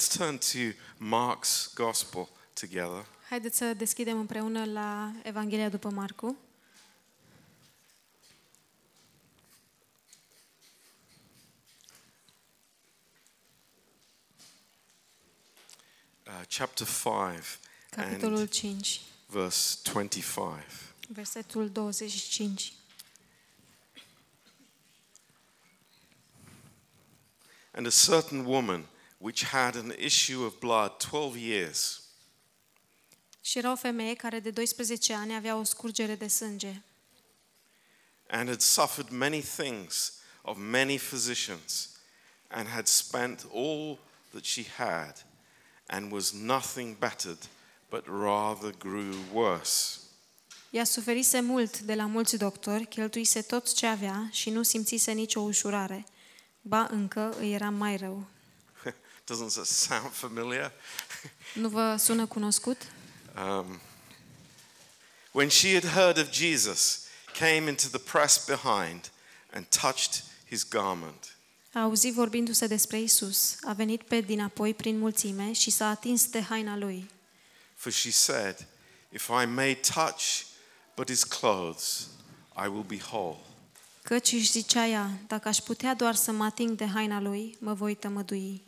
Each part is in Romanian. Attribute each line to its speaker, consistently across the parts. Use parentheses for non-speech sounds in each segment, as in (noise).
Speaker 1: turn to Mark's gospel together.
Speaker 2: Haideți să deschidem împreună la Evanghelia după Marcu.
Speaker 1: Uh, chapter 5
Speaker 2: Capitolul
Speaker 1: and
Speaker 2: 5,
Speaker 1: verse 25.
Speaker 2: versetul 25.
Speaker 1: And a certain woman which had an issue of blood 12 years
Speaker 2: Și era o femeie care de 12 ani avea o scurgere de sânge
Speaker 1: and had suffered many things of many physicians and had spent all that she had and was nothing bettered but rather grew worse. (laughs)
Speaker 2: Ea suferise mult de la mulți doctori, cheltuise tot ce avea și nu simțise nicio ușurare. Ba încă îi era mai rău.
Speaker 1: Doesn't that sound familiar? (laughs)
Speaker 2: Nu vă sună cunoscut?
Speaker 1: Um, when she had heard of Jesus, came into the press behind and touched his garment.
Speaker 2: A auzit vorbindu-se despre Isus, a venit pe dinapoi prin mulțime și s-a atins de haina lui.
Speaker 1: For she said, If I may touch but his clothes, I will be whole.
Speaker 2: Căci își zicea ea, dacă aș putea doar să mă ating de haina lui, mă voi tămădui.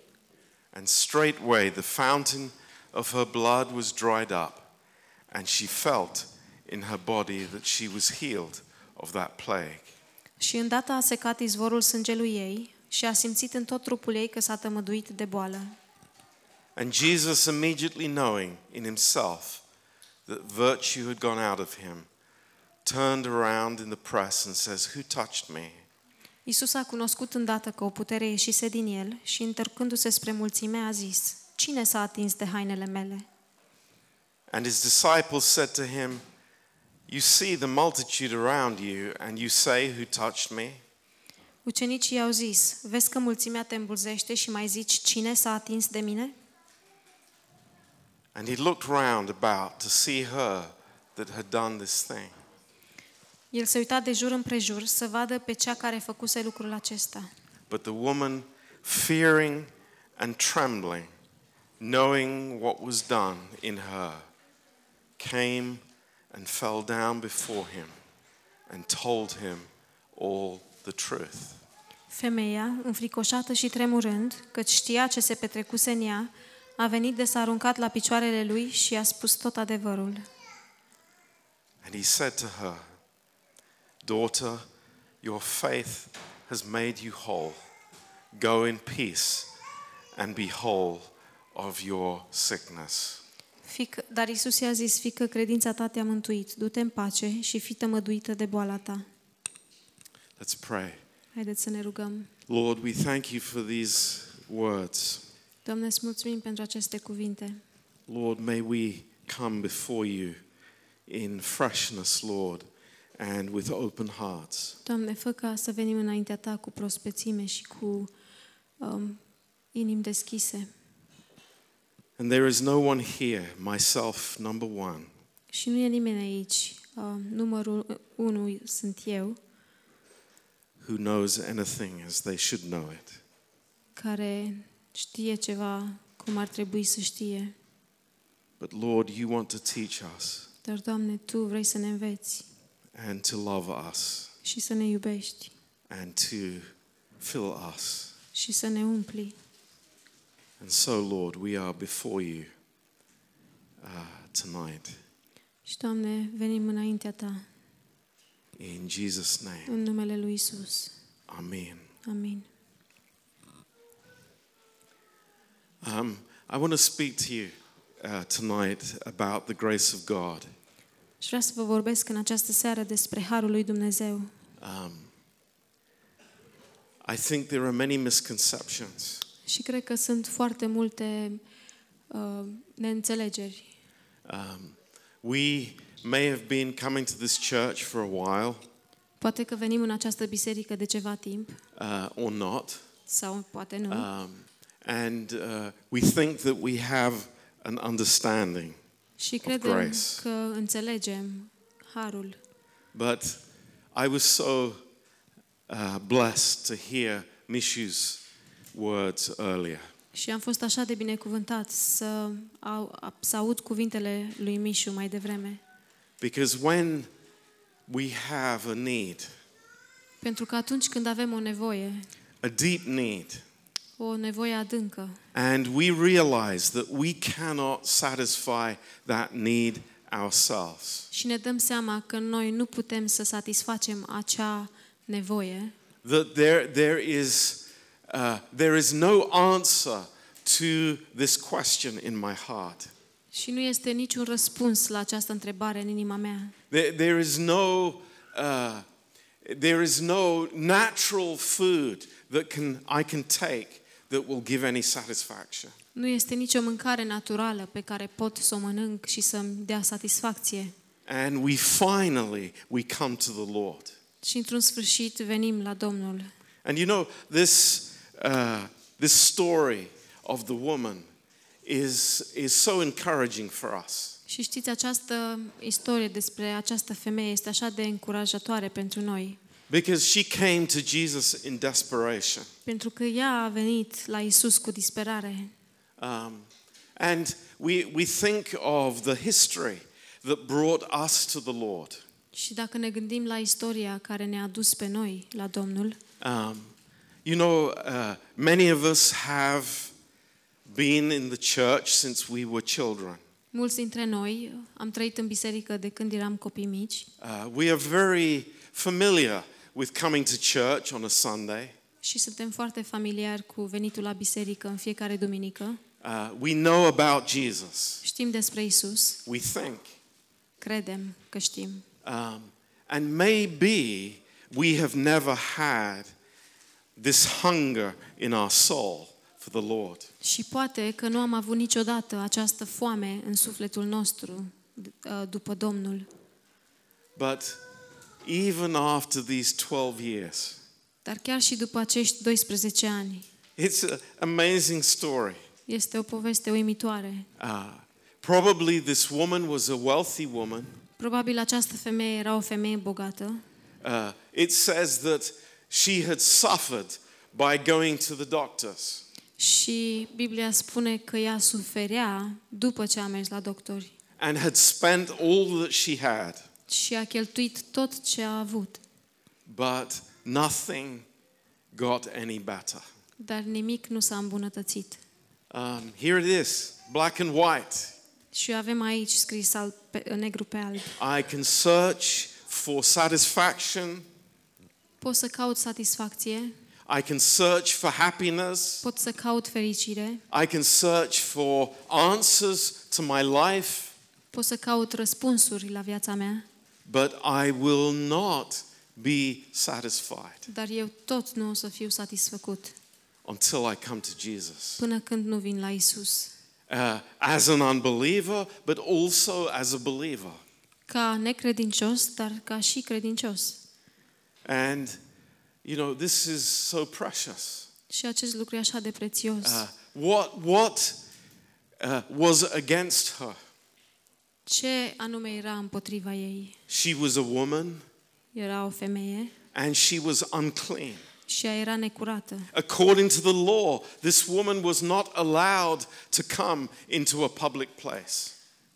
Speaker 1: And straightway the fountain of her blood was dried up, and she felt in her body that she was healed of that plague.
Speaker 2: Și îndată a secat izvorul sângelui ei și a simțit în tot trupul ei că s-a tămăduit de boală.
Speaker 1: And Jesus, immediately knowing in himself that virtue had gone out of him, turned around in the press and says, Who touched me?
Speaker 2: Isus a cunoscut îndată că o putere ieșise din el și, întărcându-se spre mulțime, a zis, Cine s-a atins de hainele mele?
Speaker 1: And his disciples said to him, You see the multitude around you, and you say, Who touched me?
Speaker 2: Ucenicii i-au zis, vezi că mulțimea te îmbulzește și mai zici, cine s-a atins de mine?
Speaker 1: And he looked round about to see her that had done this thing.
Speaker 2: El se uita de jur împrejur să vadă pe cea care făcuse lucrul acesta.
Speaker 1: But the woman, fearing and trembling, knowing what was done in her, came and fell down before him and told him all the truth.
Speaker 2: Femeia, înfricoșată și tremurând, căci știa ce se petrecuse în ea, a venit de s-a aruncat la picioarele lui și i-a spus tot adevărul.
Speaker 1: And he said to her, Daughter, your faith has made you whole. Go in peace and be whole of your sickness.
Speaker 2: Fic, dar Isus i-a zis, fică, credința ta te-a mântuit, du-te în pace și fi tămăduită de boala ta.
Speaker 1: Let's pray.
Speaker 2: Haideți să ne rugăm.
Speaker 1: Lord, we thank you for these words.
Speaker 2: Doamne, îți mulțumim pentru aceste cuvinte.
Speaker 1: Lord, may we come before you in freshness, Lord, and with open hearts.
Speaker 2: Doamne, fă ca să venim înaintea Ta cu prospețime și cu um, inimi deschise.
Speaker 1: And there is no one here, myself number one,
Speaker 2: Și nu e nimeni aici. Um, numărul unu sunt eu,
Speaker 1: who knows anything as they should know it.
Speaker 2: care știe ceva cum ar trebui să știe.
Speaker 1: But Lord, you want to teach us
Speaker 2: Dar, Doamne, Tu vrei să ne înveți
Speaker 1: and to love us
Speaker 2: și să ne iubești
Speaker 1: and to fill us.
Speaker 2: și să ne umpli.
Speaker 1: And so, Lord, we are before you uh, tonight.
Speaker 2: Și, Doamne, venim înaintea Ta,
Speaker 1: In Jesus' name,
Speaker 2: în numele Lui Isus.
Speaker 1: Amen.
Speaker 2: Amin.
Speaker 1: Um, I want to speak to you uh, tonight about the grace of God.
Speaker 2: Și vreau să vă vorbesc în această seară despre Harul lui Dumnezeu.
Speaker 1: Um, I think there are many misconceptions
Speaker 2: Și cred că sunt foarte multe uh, neînțelegeri.
Speaker 1: Um, we may have been coming to this church for a while
Speaker 2: Poate că venim în această biserică de ceva timp,
Speaker 1: uh, or not,
Speaker 2: sau poate nu, uh.
Speaker 1: um, and uh, we think that we have an understanding,
Speaker 2: și credem
Speaker 1: grace.
Speaker 2: că înțelegem Harul.
Speaker 1: but I was so uh, blessed to hear Mishu's words earlier.
Speaker 2: Și am fost așa de binecuvântat să, au, a- să aud cuvintele lui Mișu mai devreme.
Speaker 1: Because when we have a need,
Speaker 2: Pentru că atunci când avem o nevoie,
Speaker 1: a deep need,
Speaker 2: o nevoie adâncă,
Speaker 1: and we realize that we cannot satisfy that need ourselves,
Speaker 2: și ne dăm seama că noi nu putem să satisfacem acea nevoie,
Speaker 1: that there, there, is, uh, there is no answer to this question in my heart.
Speaker 2: și nu este niciun răspuns la această întrebare în inima mea.
Speaker 1: There, there is no, uh, there is no natural food that can, I can take that will give any satisfaction.
Speaker 2: Nu este nicio mâncare naturală pe care pot să o mănânc și să-mi dea satisfacție.
Speaker 1: And we finally we come to the Lord.
Speaker 2: Și într-un sfârșit venim la Domnul.
Speaker 1: And you know this uh, this story of the woman is is so encouraging for us
Speaker 2: Și știți, această istorie despre această femeie este așa de încurajatoare pentru noi.
Speaker 1: because she came to Jesus in desperation.
Speaker 2: Pentru că ea a venit la Isus cu disperare.
Speaker 1: Um, and we, we think of the history that brought us to the Lord.
Speaker 2: Și dacă ne gândim la istoria care ne-a dus pe noi la Domnul,
Speaker 1: Um, you know, uh, many of us have been in the church since we were children.
Speaker 2: mulți dintre noi am trăit în biserică de când eram copii mici
Speaker 1: Uh, we are very familiar with coming to church on a Sunday.
Speaker 2: și suntem foarte familiari cu venitul la biserică în fiecare duminică.
Speaker 1: Uh, we know about Jesus.
Speaker 2: Știm despre Isus,
Speaker 1: We think.
Speaker 2: credem că știm.
Speaker 1: Um, and maybe we have never had this hunger in our soul for the Lord.
Speaker 2: Și poate că nu am avut niciodată această foame în sufletul nostru d- după Domnul.
Speaker 1: But even after these 12 years,
Speaker 2: Dar chiar și după acești 12 ani,
Speaker 1: it's an amazing story.
Speaker 2: este o poveste uimitoare.
Speaker 1: Uh, probably this woman was a wealthy woman.
Speaker 2: Probabil această femeie era o femeie bogată
Speaker 1: Uh, it says that she had suffered by going to the doctors.
Speaker 2: și Biblia spune că ea suferea după ce a mers la doctori
Speaker 1: and had spent all that she had,
Speaker 2: și a cheltuit tot ce a avut,
Speaker 1: but nothing got any better.
Speaker 2: dar nimic nu s-a îmbunătățit.
Speaker 1: Um, here it is, black and white.
Speaker 2: Și avem aici scris al, pe, negru pe alb.
Speaker 1: I can search for satisfaction,
Speaker 2: Pot să caut satisfacție,
Speaker 1: I can search for happiness,
Speaker 2: pot să caut fericire,
Speaker 1: I can search for answers to my life,
Speaker 2: pot să caut răspunsuri la viața mea,
Speaker 1: but I will not be satisfied
Speaker 2: dar eu tot nu o să fiu satisfăcut
Speaker 1: until I come to Jesus.
Speaker 2: până când nu vin la Isus.
Speaker 1: Uh, as an unbeliever, but also as a believer.
Speaker 2: Ca necredincios, dar ca și credincios.
Speaker 1: And, you know, this is so precious.
Speaker 2: Și acest lucru e așa de prețios.
Speaker 1: Uh, what what uh, was against her?
Speaker 2: Ce anume era împotriva ei?
Speaker 1: She was a woman
Speaker 2: Era o femeie
Speaker 1: and she was unclean.
Speaker 2: și ea era necurată.
Speaker 1: According to the law, this woman was not allowed to come into a public place.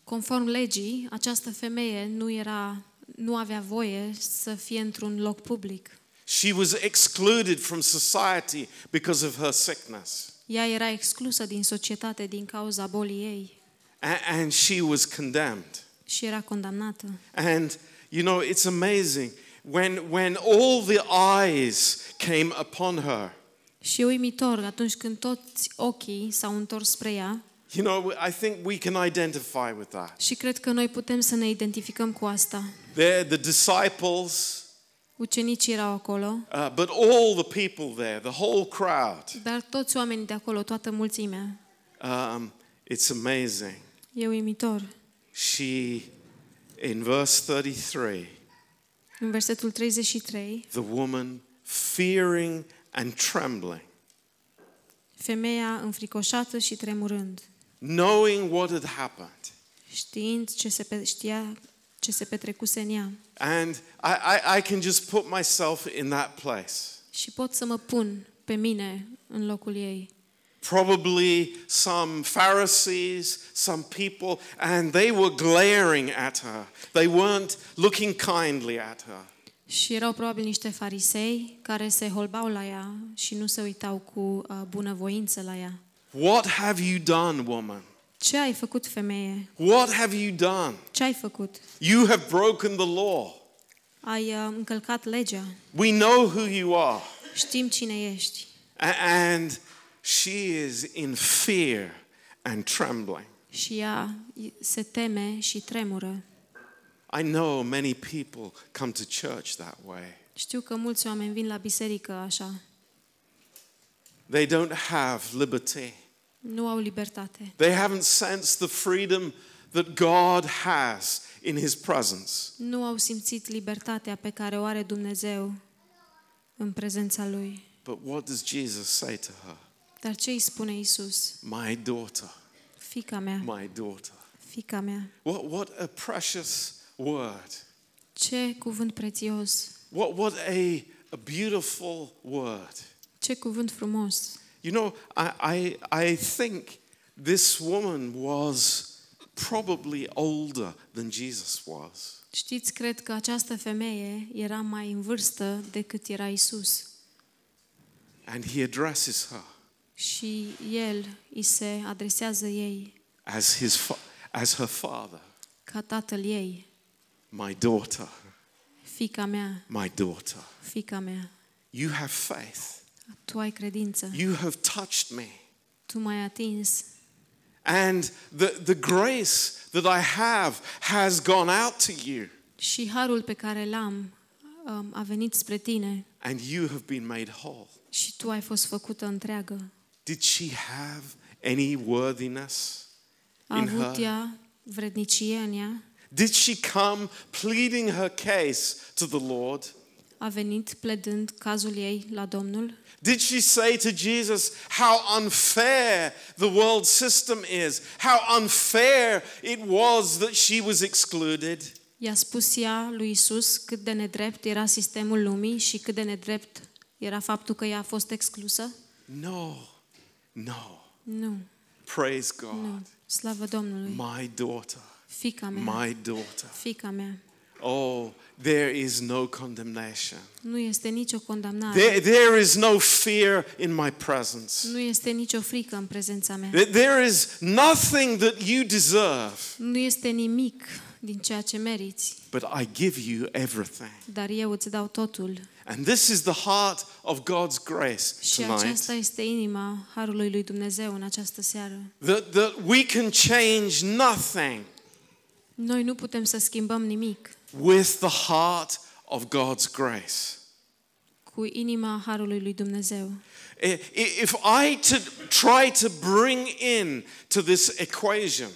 Speaker 2: Conform legii, această femeie nu era nu avea voie să fie într-un loc public.
Speaker 1: She was excluded from society because of her sickness.
Speaker 2: Ea era exclusă din societate din cauza bolii ei
Speaker 1: A- and she was condemned.
Speaker 2: și era condamnată.
Speaker 1: And you know, it's amazing. When, when all the eyes came upon her,
Speaker 2: Și e uimitor atunci când toți ochii s-au întors spre ea
Speaker 1: You know, I think we can identify with that.
Speaker 2: și cred că noi putem să ne identificăm cu asta.
Speaker 1: They're the disciples,
Speaker 2: Ucenicii erau acolo,
Speaker 1: uh, but all the people there, the whole crowd.
Speaker 2: dar toți oamenii de acolo, toată mulțimea.
Speaker 1: Um, it's amazing.
Speaker 2: E uimitor.
Speaker 1: She, in verse 33,
Speaker 2: În versetul 33,
Speaker 1: the woman fearing and trembling,
Speaker 2: femeia înfricoșată și tremurând,
Speaker 1: knowing what had happened.
Speaker 2: știind ce se pe- știa ce se petrecuse în ea.
Speaker 1: And I, I, I can just put myself in that place.
Speaker 2: Și pot să mă pun pe mine în locul ei.
Speaker 1: probably some Pharisees, some people, and they were glaring at her. They weren't looking kindly at her.
Speaker 2: Și erau probabil niște farisei care se holbau la ea și nu se uitau cu uh, bunăvoință la ea.
Speaker 1: What have you done, woman?
Speaker 2: Ce ai făcut, femeie?
Speaker 1: What have you done?
Speaker 2: Ce ai făcut?
Speaker 1: You have broken the law.
Speaker 2: Ai uh, încălcat legea.
Speaker 1: We know who you are.
Speaker 2: Știm cine ești.
Speaker 1: A- And she is in fear and trembling.
Speaker 2: Și ea se teme și tremură.
Speaker 1: I know many people come to church that way.
Speaker 2: Știu că mulți oameni vin la biserică așa.
Speaker 1: They don't have liberty.
Speaker 2: Nu au libertate.
Speaker 1: They haven't sensed the freedom that God has in His presence.
Speaker 2: Nu au simțit libertatea pe care o are Dumnezeu în prezența Lui.
Speaker 1: But what does Jesus say to her?
Speaker 2: Dar ce îi spune Isus?
Speaker 1: My daughter,
Speaker 2: Fica mea,
Speaker 1: my daughter.
Speaker 2: fica mea.
Speaker 1: What, what a precious word.
Speaker 2: Ce cuvânt prețios,
Speaker 1: What, what a, a beautiful word.
Speaker 2: ce cuvânt frumos.
Speaker 1: You know, I, I, I think this woman was probably older than Jesus was.
Speaker 2: Știți, cred că această femeie era mai în vârstă decât era Isus.
Speaker 1: And he addresses her
Speaker 2: Și el îi se adresează ei
Speaker 1: as, his fa- as her father,
Speaker 2: ca tatăl ei,
Speaker 1: my daughter,
Speaker 2: fica mea,
Speaker 1: my daughter.
Speaker 2: fica mea.
Speaker 1: You have faith.
Speaker 2: Tu ai credință,
Speaker 1: You have touched me.
Speaker 2: tu m-ai atins
Speaker 1: And the, the grace that I have has gone out to you.
Speaker 2: și harul pe care l-am um, a venit spre tine
Speaker 1: And you have been made whole.
Speaker 2: și tu ai fost făcută întreagă.
Speaker 1: Did she have any worthiness
Speaker 2: A
Speaker 1: in her?
Speaker 2: avut ea vrednicie în ea,
Speaker 1: Did she come pleading her case to the Lord?
Speaker 2: a venit pledând cazul ei la Domnul
Speaker 1: Did she say to Jesus how unfair the world system is? How unfair it was that she was excluded?
Speaker 2: I-a spus ea lui Isus cât de nedrept era sistemul lumii și cât de nedrept era faptul că ea a fost exclusă?
Speaker 1: No, no.
Speaker 2: Nu,
Speaker 1: Praise God.
Speaker 2: nu. Slavă Domnului.
Speaker 1: My daughter,
Speaker 2: Fica mea,
Speaker 1: my daughter.
Speaker 2: fica mea.
Speaker 1: Oh, there is no condemnation.
Speaker 2: Nu este nicio condamnare.
Speaker 1: There, there is no fear in my presence.
Speaker 2: Nu este nicio frică în prezența mea.
Speaker 1: There- There is nothing that you deserve,
Speaker 2: Nu este nimic din ceea ce meriți,
Speaker 1: but I give you everything.
Speaker 2: dar eu îți dau totul.
Speaker 1: And this is the heart of God's grace
Speaker 2: Și
Speaker 1: tonight.
Speaker 2: aceasta este inima Harului lui Dumnezeu în această seară.
Speaker 1: That, that we can change nothing
Speaker 2: Noi nu putem să schimbăm nimic
Speaker 1: with the heart of God's grace.
Speaker 2: cu inima Harului lui Dumnezeu.
Speaker 1: I- i- If I to try to bring in to this equation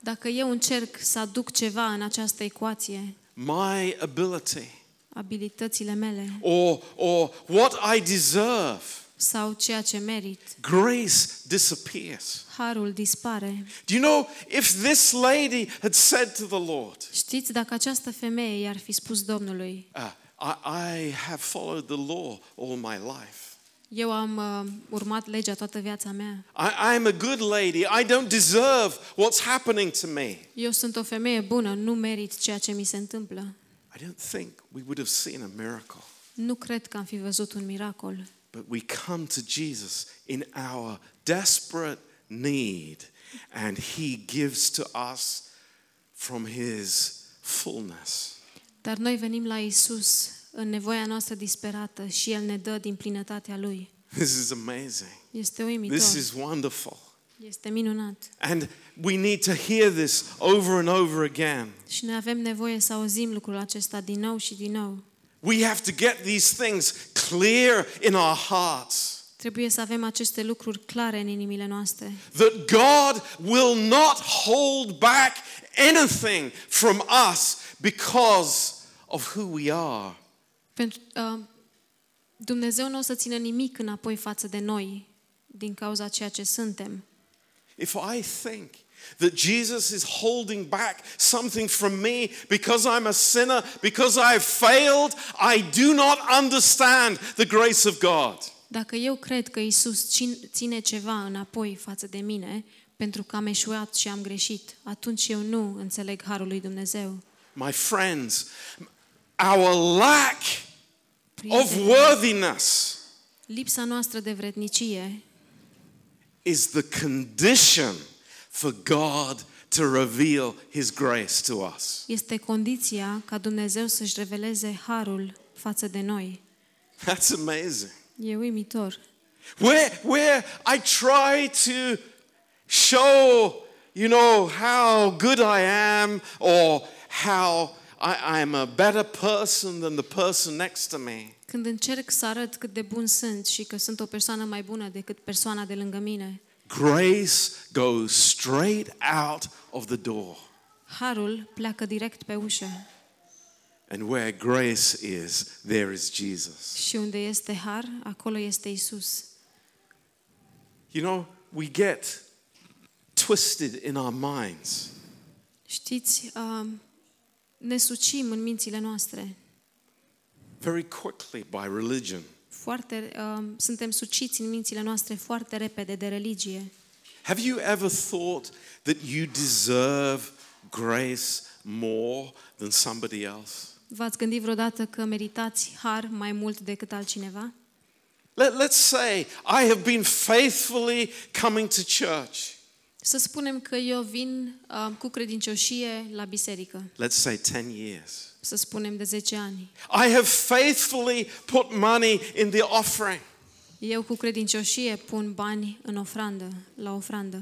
Speaker 2: Dacă eu încerc să aduc ceva în această ecuație,
Speaker 1: my ability
Speaker 2: abilitățile mele
Speaker 1: or, or what I deserve,
Speaker 2: sau ceea ce merit,
Speaker 1: grace disappears.
Speaker 2: harul dispare.
Speaker 1: Do you know if this lady had said to the Lord,
Speaker 2: Știți, dacă această femeie i-ar fi spus Domnului,
Speaker 1: uh, I, I have followed the law all my life.
Speaker 2: eu am uh, urmat legea toată viața mea,
Speaker 1: I, I'm a good lady. I don't deserve what's happening to me.
Speaker 2: eu sunt o femeie bună, nu merit ceea ce mi se întâmplă,
Speaker 1: I don't think we would have seen a miracle.
Speaker 2: nu cred că am fi văzut un miracol.
Speaker 1: But we come to Jesus in our desperate need, and he gives to us from his fullness.
Speaker 2: Dar noi venim la Isus în nevoia noastră disperată și El ne dă din plinătatea Lui.
Speaker 1: This is amazing.
Speaker 2: Este uimitor,
Speaker 1: This is wonderful.
Speaker 2: este minunat.
Speaker 1: And we need to hear this over and over again.
Speaker 2: Și noi avem nevoie să auzim lucrul acesta din nou și din nou.
Speaker 1: We have to get these things clear in our hearts.
Speaker 2: Trebuie să avem aceste lucruri clare în inimile noastre.
Speaker 1: that God will not hold back anything from us because of who we are.
Speaker 2: Pentru, uh, Dumnezeu nu o să țină nimic înapoi față de noi din cauza ceea ce suntem.
Speaker 1: If I think that Jesus is holding back something from me because I'm a sinner, because I've failed, I do not understand the grace of God.
Speaker 2: Dacă eu cred că Isus cin- ține ceva înapoi față de mine, pentru că am eșuat și am greșit, atunci eu nu înțeleg harul lui Dumnezeu.
Speaker 1: My friends, our lack of
Speaker 2: Prieteni,
Speaker 1: worthiness
Speaker 2: lipsa noastră de vrednicie
Speaker 1: is the condition for God to reveal His grace to us.
Speaker 2: este condiția ca Dumnezeu să-și reveleze harul față de noi.
Speaker 1: That's amazing.
Speaker 2: E uimitor.
Speaker 1: Where, where I try to show, you know, how good I am or how I, I'm a better person than the person next to me.
Speaker 2: Când încerc să arăt cât de bun sunt și că sunt o persoană mai bună decât persoana de lângă mine,
Speaker 1: Grace goes straight out of the door.
Speaker 2: harul pleacă direct pe ușă.
Speaker 1: And where grace is, there is Jesus.
Speaker 2: Și unde este har, acolo este Isus.
Speaker 1: You know, we get twisted in our minds.
Speaker 2: Știți, um, ne sucim în mințile noastre.
Speaker 1: very quickly by religion.
Speaker 2: Foarte, um, suntem suciți în mințile noastre foarte repede de religie.
Speaker 1: Have you ever thought that you deserve grace more than somebody else?
Speaker 2: V-ați gândit vreodată că meritați har mai mult decât altcineva?
Speaker 1: Let, let's say I have been faithfully coming to church,
Speaker 2: Să spunem că eu vin um, cu credincioșie la biserică,
Speaker 1: let's say 10 years.
Speaker 2: să spunem de 10 ani.
Speaker 1: I have faithfully put money in the offering,
Speaker 2: Eu cu credincioșie pun bani în ofrandă, la ofrandă.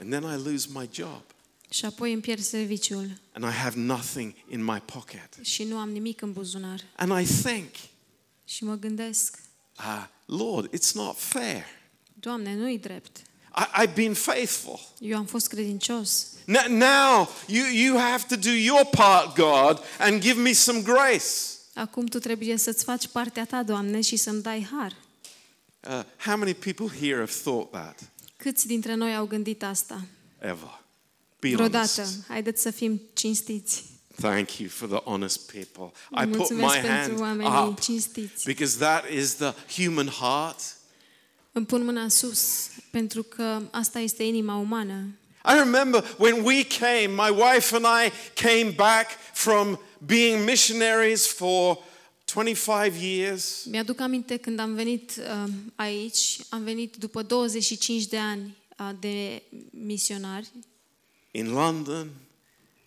Speaker 1: and then I lose my job
Speaker 2: Și apoi îmi pierd serviciul
Speaker 1: and I have nothing in my pocket.
Speaker 2: și nu am nimic în buzunar.
Speaker 1: And I think,
Speaker 2: Și mă gândesc,
Speaker 1: ah, Lord, it's not fair.
Speaker 2: Doamne, nu-i drept.
Speaker 1: I, I've been faithful.
Speaker 2: Eu am fost credincios.
Speaker 1: Now, now you, you have to do your part, God, and give me some grace.
Speaker 2: Acum tu trebuie să-ți faci partea ta, Doamne, și să-mi dai har.
Speaker 1: Uh, how many people here have thought that
Speaker 2: Câți dintre noi au gândit asta?
Speaker 1: ever? Be
Speaker 2: Vreodată.
Speaker 1: honest.
Speaker 2: Haideți să fim cinstiți.
Speaker 1: Thank you for the honest people. I put
Speaker 2: Mulțumesc
Speaker 1: my
Speaker 2: pentru
Speaker 1: hand
Speaker 2: oamenii
Speaker 1: up
Speaker 2: cinstiți.
Speaker 1: because that is the human heart.
Speaker 2: Îmi pun mâna sus, pentru că asta este inima umană.
Speaker 1: I remember when we came, my wife and I came back from being missionaries for 25 years.
Speaker 2: Mi-aduc aminte când am venit uh, aici, am venit după 25 de ani uh, de misionari
Speaker 1: In London,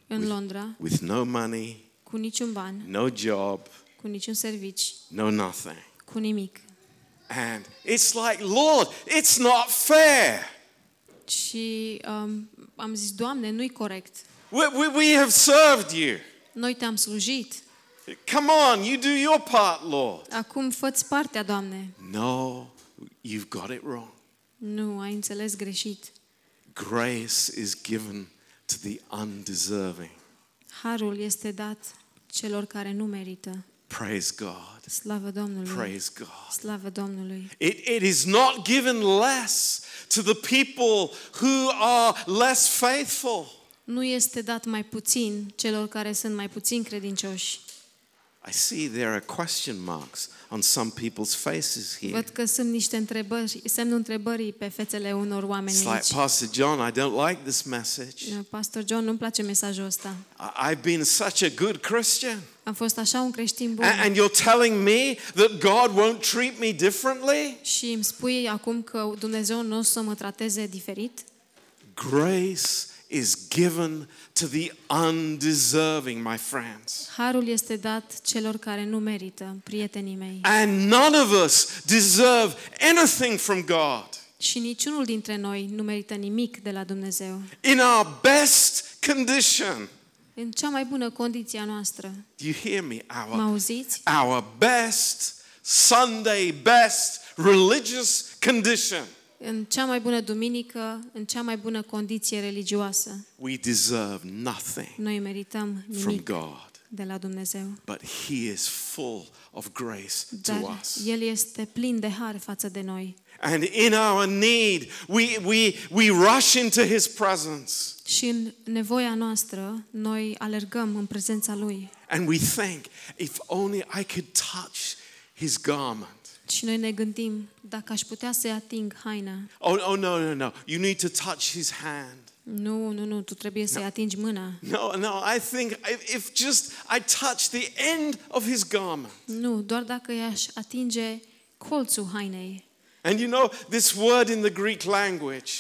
Speaker 2: în Londra,
Speaker 1: with no money,
Speaker 2: cu niciun ban,
Speaker 1: no job,
Speaker 2: cu niciun servici,
Speaker 1: no nothing.
Speaker 2: cu nimic.
Speaker 1: And it's like, Lord, it's not fair.
Speaker 2: Și um, am zis, Doamne, nu-i corect.
Speaker 1: We, we, we have served you.
Speaker 2: Noi te-am slujit.
Speaker 1: Come on, you do your part, Lord.
Speaker 2: Acum fă-ți partea, Doamne.
Speaker 1: No, you've got it wrong.
Speaker 2: Nu, ai înțeles greșit.
Speaker 1: Grace is given to the undeserving.
Speaker 2: Harul este dat celor care nu merită.
Speaker 1: Praise God.
Speaker 2: Slavă Domnului!
Speaker 1: Praise God.
Speaker 2: Slavă Domnului!
Speaker 1: It, it is not given less to the people who are less faithful.
Speaker 2: Nu este dat mai puțin celor care sunt mai puțin credincioși.
Speaker 1: I see there are question marks on some people's faces here.
Speaker 2: Văd că sunt niște întrebări, semnul întrebării pe fețele unor oameni
Speaker 1: It's like,
Speaker 2: aici. Uh,
Speaker 1: Pastor John, I don't like this message.
Speaker 2: Pastor John, nu-mi place mesajul ăsta.
Speaker 1: I- I've been such a good Christian.
Speaker 2: Am fost așa un creștin
Speaker 1: A-
Speaker 2: bun
Speaker 1: And you're telling me that God won't treat me differently?
Speaker 2: și îmi spui acum că Dumnezeu nu o să mă trateze diferit?
Speaker 1: Grace is given to the undeserving, my friends.
Speaker 2: Harul este dat celor care nu merită, prietenii mei.
Speaker 1: And none of us deserve anything from God.
Speaker 2: Și niciunul dintre noi nu merită nimic de la Dumnezeu.
Speaker 1: In our best condition,
Speaker 2: În cea mai bună condiție a noastră.
Speaker 1: do you hear me?
Speaker 2: Mă
Speaker 1: Our,
Speaker 2: auziți?
Speaker 1: our best, Sunday best religious condition.
Speaker 2: În cea mai bună duminică, în cea mai bună condiție religioasă.
Speaker 1: We deserve nothing
Speaker 2: Noi merităm
Speaker 1: from
Speaker 2: nimic
Speaker 1: God.
Speaker 2: de la Dumnezeu.
Speaker 1: but he is full of grace to
Speaker 2: Dar
Speaker 1: us.
Speaker 2: El este plin de har față de noi.
Speaker 1: And in our need, we, we, we rush into his presence
Speaker 2: Și în nevoia noastră, noi alergăm în prezența Lui
Speaker 1: and we think, if only I could touch his garment.
Speaker 2: Și noi ne gândim, dacă aș putea să-i ating haina.
Speaker 1: Oh, oh no, no, no. You need to touch his hand.
Speaker 2: Nu, nu, nu, tu trebuie
Speaker 1: Da.
Speaker 2: să-i atingi mâna.
Speaker 1: No, no, I think if, if just I touch the end of his garment.
Speaker 2: Nu, doar dacă i-aș atinge colțul hainei.
Speaker 1: And you know, this word in the Greek language,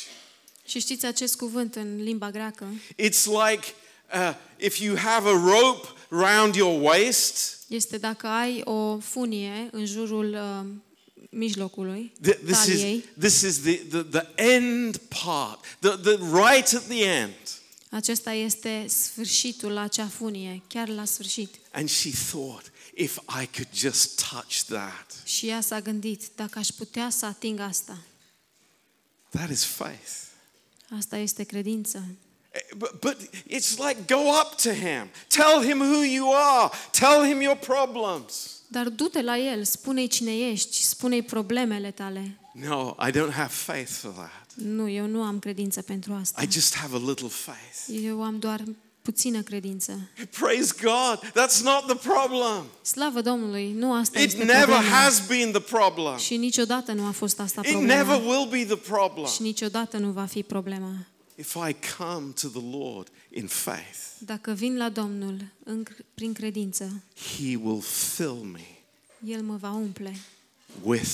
Speaker 2: Și știți acest cuvânt în limba greacă?
Speaker 1: it's like uh, if you have a rope round your waist,
Speaker 2: Este dacă ai o funie în jurul uh, mijlocului,
Speaker 1: th- this
Speaker 2: taliei,
Speaker 1: is, this is the, the, the end part, the, the right at the end.
Speaker 2: acesta este sfârșitul la acea funie, chiar la sfârșit.
Speaker 1: And she thought, if I could just touch that,
Speaker 2: Și ea s-a gândit, dacă aș putea să ating asta,
Speaker 1: that is faith. Eh,
Speaker 2: asta este credință.
Speaker 1: But, but it's like go up to him, tell him who you are, tell him your problems.
Speaker 2: Dar du-te la el, spune-i cine ești, spune-i problemele tale.
Speaker 1: No, I don't have faith for that.
Speaker 2: Nu, eu nu am credință pentru asta.
Speaker 1: I just have a little faith.
Speaker 2: Eu am doar puțină credință.
Speaker 1: Praise God. That's not the problem.
Speaker 2: Slavă Domnului, nu asta
Speaker 1: It
Speaker 2: este
Speaker 1: never
Speaker 2: problema.
Speaker 1: has been the problem.
Speaker 2: Și niciodată nu a fost asta
Speaker 1: It
Speaker 2: problema.
Speaker 1: never will be the problem.
Speaker 2: Și niciodată nu va fi problema.
Speaker 1: If I come to the Lord in faith,
Speaker 2: Dacă vin la Domnul în, prin credință,
Speaker 1: he will fill me
Speaker 2: El mă va umple
Speaker 1: with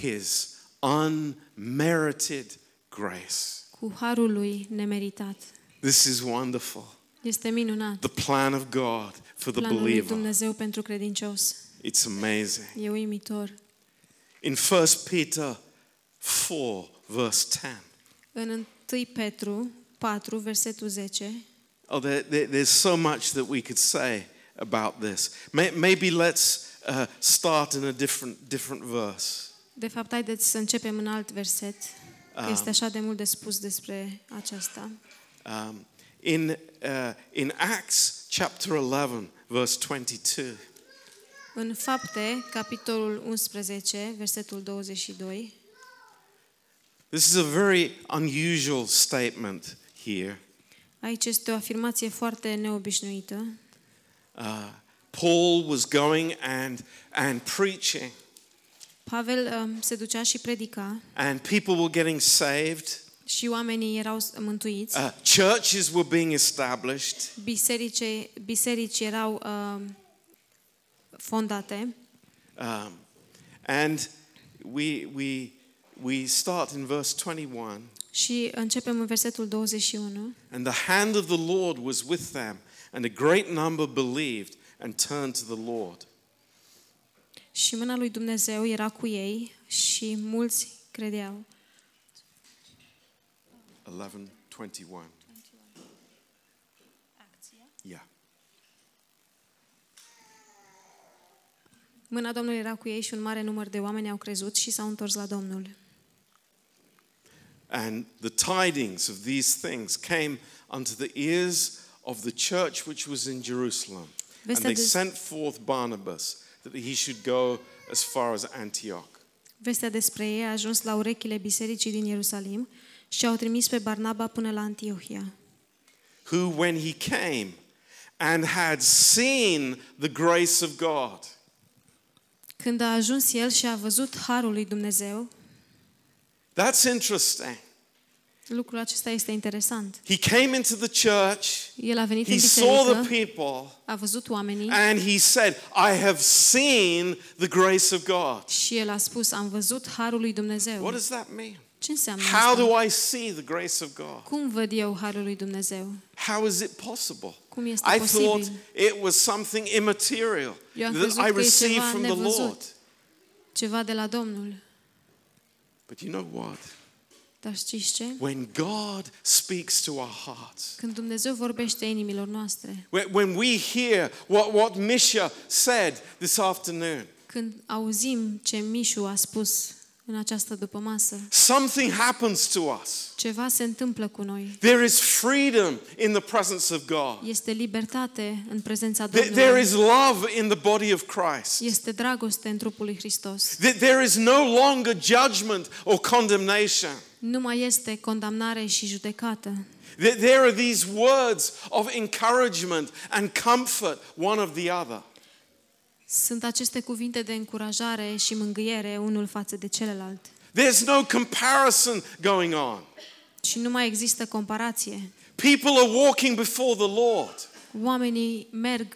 Speaker 1: his unmerited grace.
Speaker 2: cu harul Lui nemeritat.
Speaker 1: This is wonderful.
Speaker 2: Este minunat
Speaker 1: The plan of God for the
Speaker 2: planul lui
Speaker 1: believer.
Speaker 2: Dumnezeu pentru credincios.
Speaker 1: It's amazing.
Speaker 2: E uimitor.
Speaker 1: In 1 Peter 4, verse 10.
Speaker 2: În 1 Petru 4, versetul 10,
Speaker 1: Oh, there, there- there's so much that we could say about this. May, maybe let's uh, start in a different, different verse.
Speaker 2: de fapt, haideți să începem în alt verset. că Este
Speaker 1: Ah.
Speaker 2: așa de mult de spus despre aceasta.
Speaker 1: Um, in, uh, in Acts chapter 11, verse 22,
Speaker 2: În Fapte, capitolul 11, versetul 22,
Speaker 1: this is a very unusual statement here.
Speaker 2: aici este o afirmație foarte neobișnuită.
Speaker 1: Uh, Paul was going and, and preaching,
Speaker 2: Pavel um, se ducea și predica
Speaker 1: and people were getting saved,
Speaker 2: și oamenii erau s- mântuiți.
Speaker 1: uh, churches were being established.
Speaker 2: Biserice, biserici erau um, fondate
Speaker 1: Um, and we, we, we start in verse 21.
Speaker 2: și începem în versetul 21.
Speaker 1: And the hand of the Lord was with them, and a great number believed and turned to the Lord.
Speaker 2: Și mâna lui Dumnezeu era cu ei și mulți credeau.
Speaker 1: 11 21. Yeah.
Speaker 2: Mâna Domnului era cu ei și un mare număr de oameni au crezut și s-au întors la Domnul.
Speaker 1: And the tidings of these things came unto the ears of the church which was in Jerusalem. And
Speaker 2: Vestea
Speaker 1: they
Speaker 2: des-
Speaker 1: sent forth Barnabas that he should go as far as Antioch.
Speaker 2: Vestea despre ei a ajuns la urechile bisericii din Ierusalim și au trimis pe Barnaba până la Antiohia.
Speaker 1: who, when he came and had seen the grace of God,
Speaker 2: Când a ajuns el și a văzut harul lui Dumnezeu,
Speaker 1: that's interesting.
Speaker 2: lucrul acesta este interesant.
Speaker 1: He came into the church,
Speaker 2: El a venit
Speaker 1: he
Speaker 2: în
Speaker 1: saw the
Speaker 2: biserică,
Speaker 1: people,
Speaker 2: a văzut oamenii
Speaker 1: and he said, I have seen the grace of God.
Speaker 2: și el a spus, am văzut harul lui
Speaker 1: What
Speaker 2: Dumnezeu.
Speaker 1: does that mean?
Speaker 2: Ce înseamnă
Speaker 1: How do
Speaker 2: asta?
Speaker 1: I see the grace of God?
Speaker 2: Cum văd eu harul lui Dumnezeu?
Speaker 1: How is it possible?
Speaker 2: Cum este
Speaker 1: I thought
Speaker 2: posibil?
Speaker 1: it was something immaterial
Speaker 2: Eu
Speaker 1: that
Speaker 2: am crezut
Speaker 1: I
Speaker 2: că e
Speaker 1: received
Speaker 2: ceva
Speaker 1: from the
Speaker 2: nevăzut.
Speaker 1: Lord.
Speaker 2: Ceva de la Domnul.
Speaker 1: But you know what?
Speaker 2: Dar știți ce?
Speaker 1: When God speaks to our hearts,
Speaker 2: Când Dumnezeu vorbește inimilor noastre,
Speaker 1: When when we hear what, what Misha said this afternoon,
Speaker 2: când auzim ce Mișu a spus în această dupămasă,
Speaker 1: something happens to us.
Speaker 2: ceva se întâmplă cu noi.
Speaker 1: There is freedom in the presence of God.
Speaker 2: Este libertate în prezența
Speaker 1: There- there
Speaker 2: Domnului.
Speaker 1: is love in the body of Christ.
Speaker 2: Este dragoste în trupul lui Hristos.
Speaker 1: There- There is no longer judgment or condemnation.
Speaker 2: Nu mai este condamnare și judecată.
Speaker 1: There- There are these words of encouragement and comfort, one of the other.
Speaker 2: Sunt aceste cuvinte de încurajare și mângâiere unul față de celălalt.
Speaker 1: There's no comparison going on.
Speaker 2: Și nu mai există comparație.
Speaker 1: People are walking before the Lord.
Speaker 2: Oamenii merg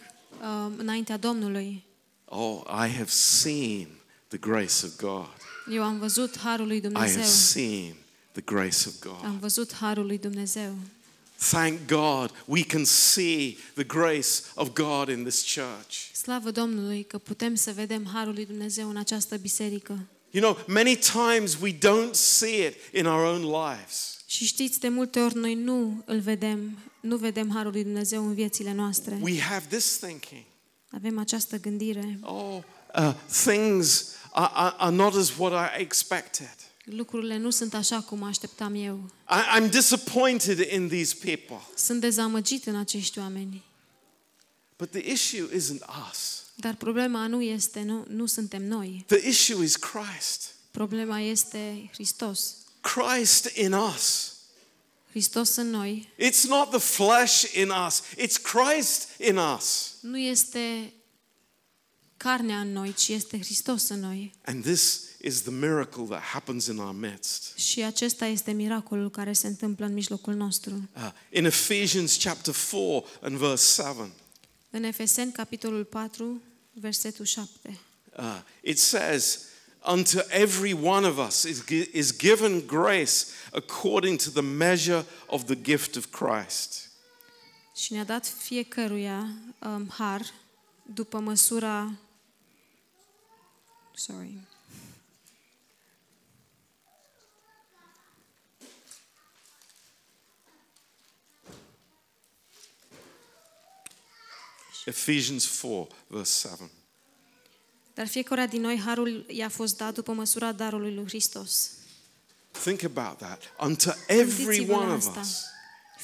Speaker 2: uh, înaintea Domnului.
Speaker 1: Oh, I have seen the grace of God.
Speaker 2: Eu am văzut harul lui
Speaker 1: I have
Speaker 2: Dumnezeu.
Speaker 1: seen the grace of God.
Speaker 2: Am văzut harul lui Dumnezeu.
Speaker 1: Thank God we can see the grace of God in this church.
Speaker 2: Slavă Domnului că putem să vedem harul lui Dumnezeu în această biserică.
Speaker 1: You know, many times we don't see it in our own lives.
Speaker 2: Și știți, de multe ori noi nu îl vedem, nu vedem harul lui Dumnezeu în viețile noastre.
Speaker 1: We have this thinking
Speaker 2: Avem această gândire.
Speaker 1: oh, uh, things are, are, are not as what I expected.
Speaker 2: Lucrurile nu sunt așa cum așteptam eu.
Speaker 1: I, I'm disappointed in these people.
Speaker 2: Sunt dezamăgit în acești oameni.
Speaker 1: But the issue isn't us,
Speaker 2: Dar problema nu este, nu, nu suntem noi.
Speaker 1: the issue is Christ.
Speaker 2: Problema este Hristos.
Speaker 1: Christ in us.
Speaker 2: Hristos în noi.
Speaker 1: It's not the flesh in us, it's Christ in us.
Speaker 2: Nu este carnea în noi, ci este Hristos în noi.
Speaker 1: And this is the miracle that happens in our midst.
Speaker 2: Și acesta este miracolul care se întâmplă în mijlocul nostru.
Speaker 1: Uh, in Ephesians chapter 4 and verse 7,
Speaker 2: În Efeseni, capitolul 4, versetul 7.
Speaker 1: uh, it says, Unto every one of us is, gi- is given grace according to the measure of the gift of Christ.
Speaker 2: Și ne-a dat fiecăruia um, har după măsura Sorry.
Speaker 1: Ephesians 4, verse 7.
Speaker 2: Dar fiecăruia din noi harul i-a fost dat după măsura darului lui Hristos.
Speaker 1: Think about that. Unto every
Speaker 2: Gândiți-vă la
Speaker 1: one of
Speaker 2: asta.
Speaker 1: us,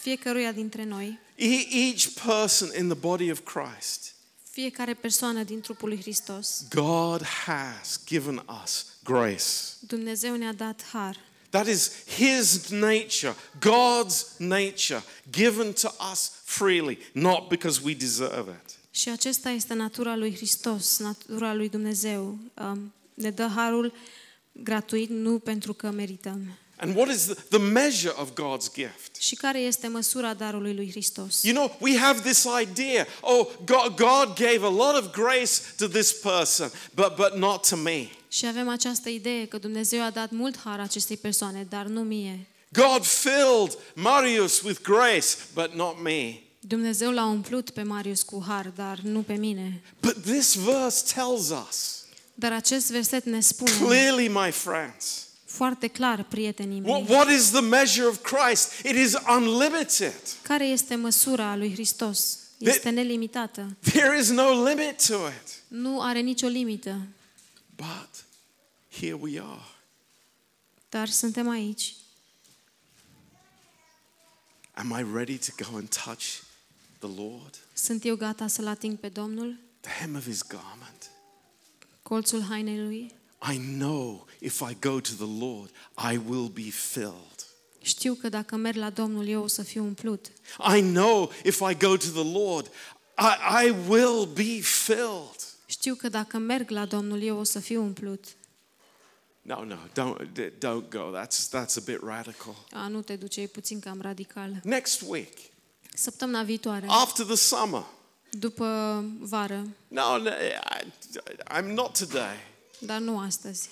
Speaker 2: Fiecăruia dintre noi,
Speaker 1: e- each person in the body of Christ,
Speaker 2: fiecare persoană din trupul lui Hristos,
Speaker 1: God has given us grace.
Speaker 2: Dumnezeu ne-a dat har.
Speaker 1: That is His nature, God's nature, given to us freely, not because we deserve it.
Speaker 2: Și acesta este natura lui Hristos, natura lui Dumnezeu. Um, Ne dă harul gratuit, nu pentru că merităm.
Speaker 1: And what is the, the measure of God's gift?
Speaker 2: Și care este măsura darului lui Hristos?
Speaker 1: You know, we have this idea oh, God, God gave a lot of grace to this person, but, but not to me.
Speaker 2: Și avem această idee că Dumnezeu a dat mult har acestei persoane, dar nu mie.
Speaker 1: God filled Marius with grace, but not me.
Speaker 2: Dumnezeu l-a umplut pe Marius cu har, dar nu pe mine.
Speaker 1: But this verse tells us
Speaker 2: Dar acest verset ne spune
Speaker 1: clearly, my friends,
Speaker 2: foarte clar, prietenii
Speaker 1: what,
Speaker 2: mei,
Speaker 1: what is the measure of Christ? It is unlimited.
Speaker 2: care este măsura lui Hristos. Este nelimitată.
Speaker 1: There is no limit to it.
Speaker 2: Nu are nicio limită.
Speaker 1: But here we are.
Speaker 2: Dar suntem aici.
Speaker 1: Am I ready to go and touch the Lord?
Speaker 2: Sunt eu gata să-L ating pe Domnul,
Speaker 1: The hem of his garment.
Speaker 2: colțul hainei Lui?
Speaker 1: I know if I go to the Lord, I will be filled.
Speaker 2: Știu că dacă merg la Domnul, eu o să fiu umplut.
Speaker 1: I know if I go to the Lord, I, I will be filled.
Speaker 2: Știu că dacă merg la Domnul, eu o să fiu umplut.
Speaker 1: No, no, don't, d- don't go. That's, that's a bit radical.
Speaker 2: A, nu te duce, e puțin cam radical.
Speaker 1: Next week,
Speaker 2: Săptămâna viitoare,
Speaker 1: after the summer.
Speaker 2: după vară,
Speaker 1: No, no I, I'm not today.
Speaker 2: dar nu astăzi.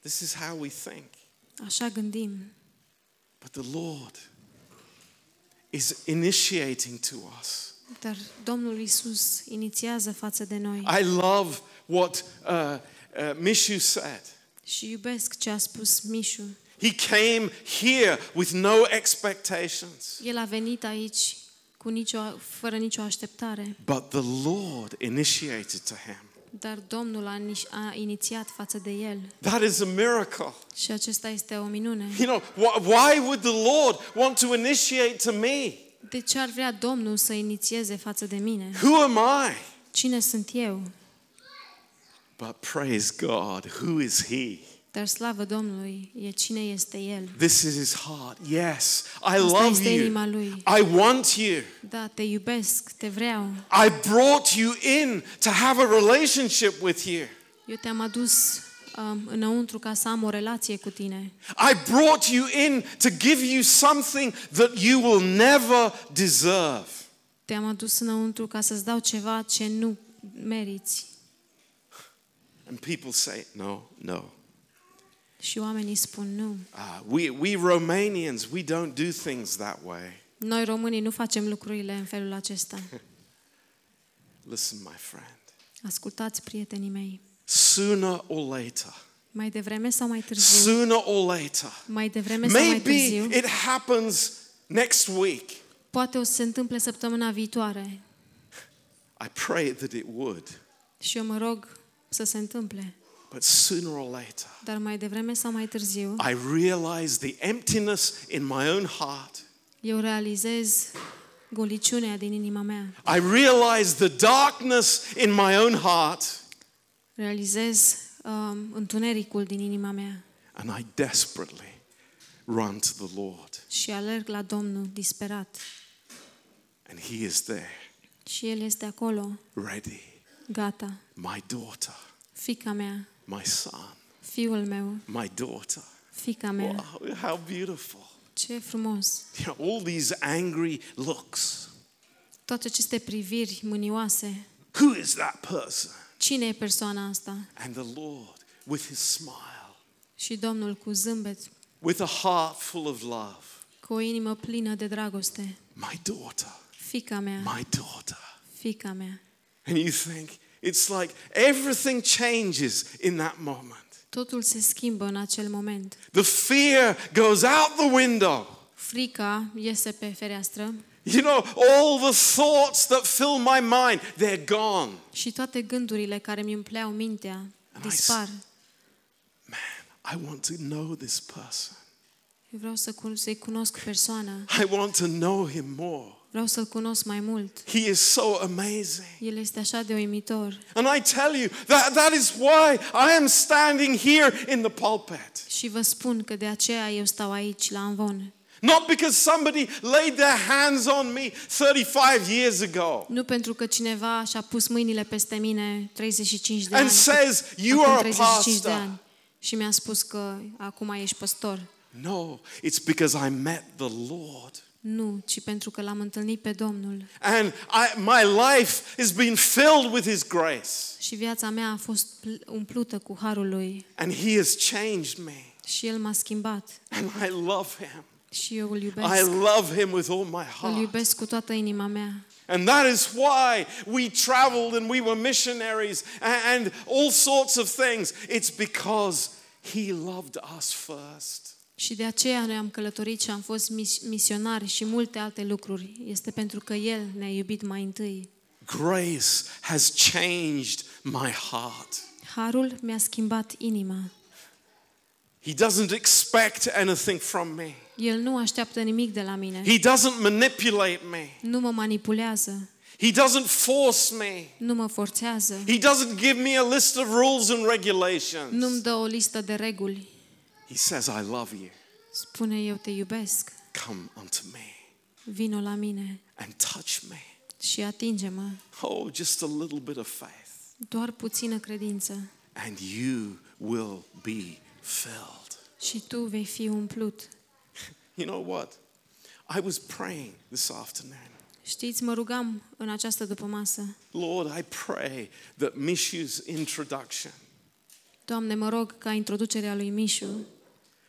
Speaker 1: This is how we think.
Speaker 2: Așa gândim.
Speaker 1: But the Lord is initiating to us.
Speaker 2: Dar Domnul Isus inițiază față de noi
Speaker 1: I love what uh, uh, Mishu said.
Speaker 2: și iubesc ce a spus Mișu.
Speaker 1: He came here with no expectations,
Speaker 2: El a venit aici cu nicio, fără nicio așteptare,
Speaker 1: but the Lord initiated to him.
Speaker 2: dar Domnul a, ni- a inițiat față de el.
Speaker 1: That is a miracle.
Speaker 2: Și acesta este o minune.
Speaker 1: You know, wh- why would the Lord want to initiate to me?
Speaker 2: De ce ar vrea Domnul să inițieze față de mine?
Speaker 1: Who am I?
Speaker 2: Cine sunt eu?
Speaker 1: But praise God, who is He?
Speaker 2: Dar slavă Domnului e cine este El.
Speaker 1: This is his heart. Yes, I
Speaker 2: Asta
Speaker 1: love
Speaker 2: este inima
Speaker 1: you.
Speaker 2: lui.
Speaker 1: I want you.
Speaker 2: Da, te iubesc, te vreau.
Speaker 1: I brought you in to have a relationship with you.
Speaker 2: Eu te-am adus um, înăuntru ca să am o relație cu tine.
Speaker 1: I brought you in to give you something that you will never deserve.
Speaker 2: Te-am adus înăuntru ca să-ți dau ceva ce nu meriți.
Speaker 1: And people say, no, no.
Speaker 2: Și oamenii spun nu.
Speaker 1: Ah, we, we Romanians, we don't do things that way.
Speaker 2: Noi românii nu facem lucrurile în felul acesta.
Speaker 1: Listen, my friend,
Speaker 2: Ascultați, prietenii mei.
Speaker 1: sooner or later,
Speaker 2: Mai devreme sau mai târziu?
Speaker 1: sooner or later,
Speaker 2: Mai devreme sau mai
Speaker 1: maybe
Speaker 2: târziu?
Speaker 1: it happens next week.
Speaker 2: Poate o să se întâmple săptămâna viitoare.
Speaker 1: I pray that it would,
Speaker 2: Și eu mă rog să se întâmple.
Speaker 1: but sooner or later,
Speaker 2: Dar mai devreme sau mai târziu,
Speaker 1: I realize the emptiness in my own heart.
Speaker 2: eu realizez goliciunea din inima mea.
Speaker 1: I realize the darkness in my own heart,
Speaker 2: Realizez um, întunericul din inima mea
Speaker 1: and I desperately run to the Lord,
Speaker 2: și alerg la Domnul disperat.
Speaker 1: and He is there,
Speaker 2: Și El este acolo,
Speaker 1: ready.
Speaker 2: gata,
Speaker 1: My daughter,
Speaker 2: fica mea,
Speaker 1: my son,
Speaker 2: fiul meu,
Speaker 1: my daughter.
Speaker 2: fica mea.
Speaker 1: Wow, how beautiful.
Speaker 2: Ce frumos!
Speaker 1: You know, all these angry looks.
Speaker 2: Toate aceste priviri mânioase.
Speaker 1: Who is that person?
Speaker 2: Cine e persoana asta?
Speaker 1: And the Lord, with His smile,
Speaker 2: Și Domnul cu zâmbet,
Speaker 1: with a heart full of love,
Speaker 2: cu o inimă plină de dragoste.
Speaker 1: my daughter,
Speaker 2: Fica mea,
Speaker 1: my daughter.
Speaker 2: fica mea.
Speaker 1: And you think, it's like everything changes in that moment.
Speaker 2: Totul se schimbă în acel moment.
Speaker 1: The fear goes out the window.
Speaker 2: Frica iese pe fereastră
Speaker 1: You know, all the thoughts that fill my mind, they're gone.
Speaker 2: și toate gândurile care mi umpleau mintea
Speaker 1: Nice.
Speaker 2: dispar.
Speaker 1: Man, I want to know this person.
Speaker 2: Eu vreau să cun- să-i cunosc persoana,
Speaker 1: I want to know him more.
Speaker 2: vreau să-l cunosc mai mult.
Speaker 1: He is so amazing.
Speaker 2: El este așa de uimitor
Speaker 1: And I tell you, that, that is why I am standing here in the pulpit.
Speaker 2: și vă spun că de aceea eu stau aici la Anvon.
Speaker 1: Not because somebody laid their hands on me 35 years ago
Speaker 2: Nu pentru că cineva și-a pus mâinile peste mine 35 de
Speaker 1: and
Speaker 2: ani,
Speaker 1: says, You
Speaker 2: acum
Speaker 1: are a
Speaker 2: 35 de
Speaker 1: pastor.
Speaker 2: ani și mi-a spus că acum ești păstor.
Speaker 1: No, it's because I met the Lord.
Speaker 2: Nu, ci pentru că l-am întâlnit pe Domnul
Speaker 1: And I, my life has been filled with His grace.
Speaker 2: și viața mea a fost pl- umplută cu harul lui
Speaker 1: And He has changed me.
Speaker 2: și el m-a schimbat
Speaker 1: And I love Him.
Speaker 2: și eu îl
Speaker 1: I
Speaker 2: iubesc.
Speaker 1: love Him with all my
Speaker 2: Îl
Speaker 1: heart.
Speaker 2: iubesc cu toată inima mea.
Speaker 1: And that is why we traveled and we were missionaries a- and, all sorts of things. It's because He loved us first.
Speaker 2: Și de aceea noi am călătorit și am fost mis- misionari și multe alte lucruri. Este pentru că El ne-a iubit mai întâi.
Speaker 1: Grace has changed my heart.
Speaker 2: Harul mi-a schimbat inima.
Speaker 1: He doesn't expect anything from me,
Speaker 2: El nu așteaptă nimic de la mine.
Speaker 1: He doesn't manipulate me,
Speaker 2: Nu mă manipulează,
Speaker 1: He doesn't force me.
Speaker 2: nu mă forțează,
Speaker 1: He doesn't give me a list of rules and regulations.
Speaker 2: nu-mi dă o listă de reguli.
Speaker 1: He says, I love you.
Speaker 2: Spune eu te iubesc,
Speaker 1: Come unto me
Speaker 2: vino la mine
Speaker 1: and touch me.
Speaker 2: și atinge-mă.
Speaker 1: Oh, just a little bit of faith.
Speaker 2: Doar puțină credință
Speaker 1: And you will be filled.
Speaker 2: și tu vei fi umplut.
Speaker 1: You know what? I was praying this afternoon.
Speaker 2: Știți, mă rugam în această dupămasă.
Speaker 1: Lord, I pray that Mishu's introduction
Speaker 2: Doamne, mă rog ca introducerea lui Mișu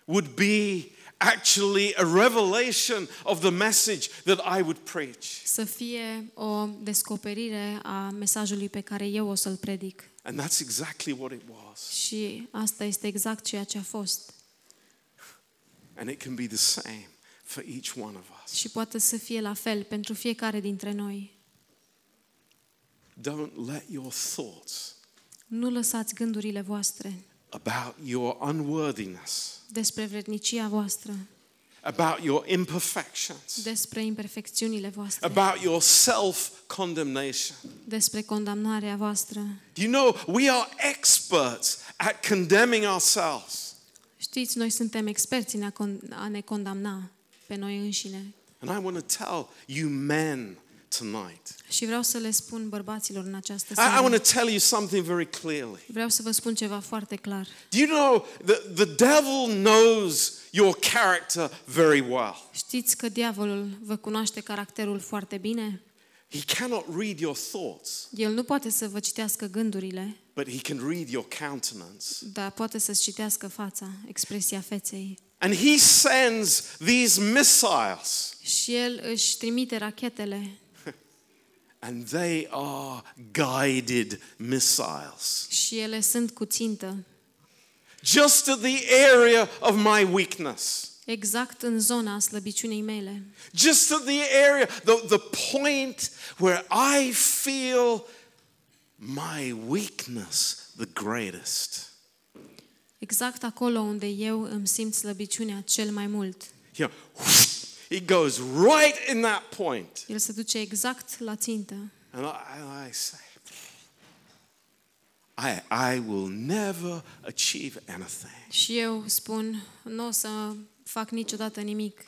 Speaker 1: would be actually a revelation of the message that I would preach.
Speaker 2: să fie o descoperire a mesajului pe care eu o să-l predic.
Speaker 1: And that's exactly what it was.
Speaker 2: Și asta este exact ceea ce a fost.
Speaker 1: And it can be the same for each one of us.
Speaker 2: Și poate să fie la fel pentru fiecare dintre noi.
Speaker 1: Don't let your thoughts
Speaker 2: Nu lăsați gândurile voastre
Speaker 1: about your unworthiness,
Speaker 2: despre vrednicia voastră,
Speaker 1: about your imperfections,
Speaker 2: despre imperfecțiunile voastre,
Speaker 1: about your self condemnation.
Speaker 2: despre condamnarea voastră.
Speaker 1: You know, we are experts at condemning ourselves.
Speaker 2: Știți, noi suntem experți în a, con- a ne condamna pe noi înșine.
Speaker 1: And I want to tell you men tonight.
Speaker 2: Și vreau să le spun bărbaților în această
Speaker 1: I, I want to
Speaker 2: seară.
Speaker 1: tell you something very clearly.
Speaker 2: Vreau să vă spun ceva foarte clar.
Speaker 1: Do you know that the devil knows your character very well?
Speaker 2: Știți că diavolul vă cunoaște caracterul foarte bine?
Speaker 1: He cannot read your thoughts,
Speaker 2: El nu poate să vă citească gândurile,
Speaker 1: but he can read your countenance.
Speaker 2: dar poate să-ți citească fața, expresia feței.
Speaker 1: And he sends these missiles,
Speaker 2: Și el își trimite rachetele
Speaker 1: and they are guided missiles,
Speaker 2: și ele sunt cu țintă,
Speaker 1: just at the area of my weakness,
Speaker 2: exact în zona slăbiciunii mele,
Speaker 1: just at the area, the, the point where I feel my weakness the greatest.
Speaker 2: exact acolo unde eu îmi simt slăbiciunea cel mai mult.
Speaker 1: You know, it goes right in that point.
Speaker 2: El se duce exact la țintă
Speaker 1: And I, and I say, I, I will never achieve anything.
Speaker 2: și eu spun, nu o să fac niciodată nimic.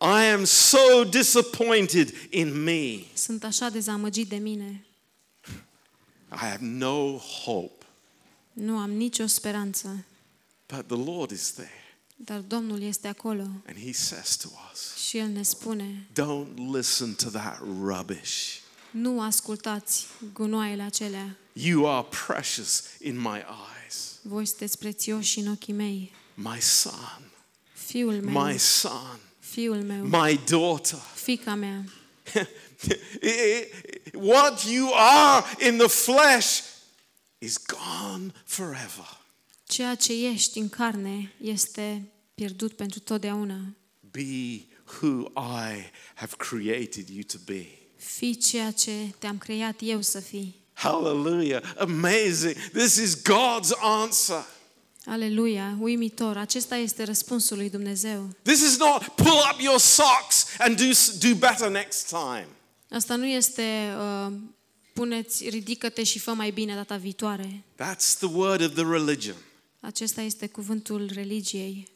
Speaker 1: I am so disappointed in me.
Speaker 2: Sunt așa dezamăgit de mine,
Speaker 1: I have no hope.
Speaker 2: nu am nicio speranță,
Speaker 1: But the Lord is there.
Speaker 2: dar Domnul este acolo
Speaker 1: And He says to us,
Speaker 2: și El ne spune,
Speaker 1: Don't listen to that rubbish.
Speaker 2: nu ascultați gunoaiele acelea,
Speaker 1: You are precious in my eyes.
Speaker 2: voi sunteți prețioși în ochii mei,
Speaker 1: My son,
Speaker 2: fiul meu,
Speaker 1: my son,
Speaker 2: fiul meu,
Speaker 1: my daughter.
Speaker 2: fica mea.
Speaker 1: (laughs) what you are in the flesh is gone forever.
Speaker 2: Ceea ce ești în carne este pierdut pentru totdeauna.
Speaker 1: Be who I have created you to be.
Speaker 2: Fii ceea ce te-am creat eu să fii.
Speaker 1: Hallelujah. Amazing. This is God's answer.
Speaker 2: Aleluia, uimitor, acesta este răspunsul lui Dumnezeu.
Speaker 1: This is not pull up your socks and do, do better next time.
Speaker 2: Asta nu este uh, puneți, ridică-te și fă mai bine data viitoare.
Speaker 1: That's the word of the religion.
Speaker 2: Acesta este cuvântul religiei,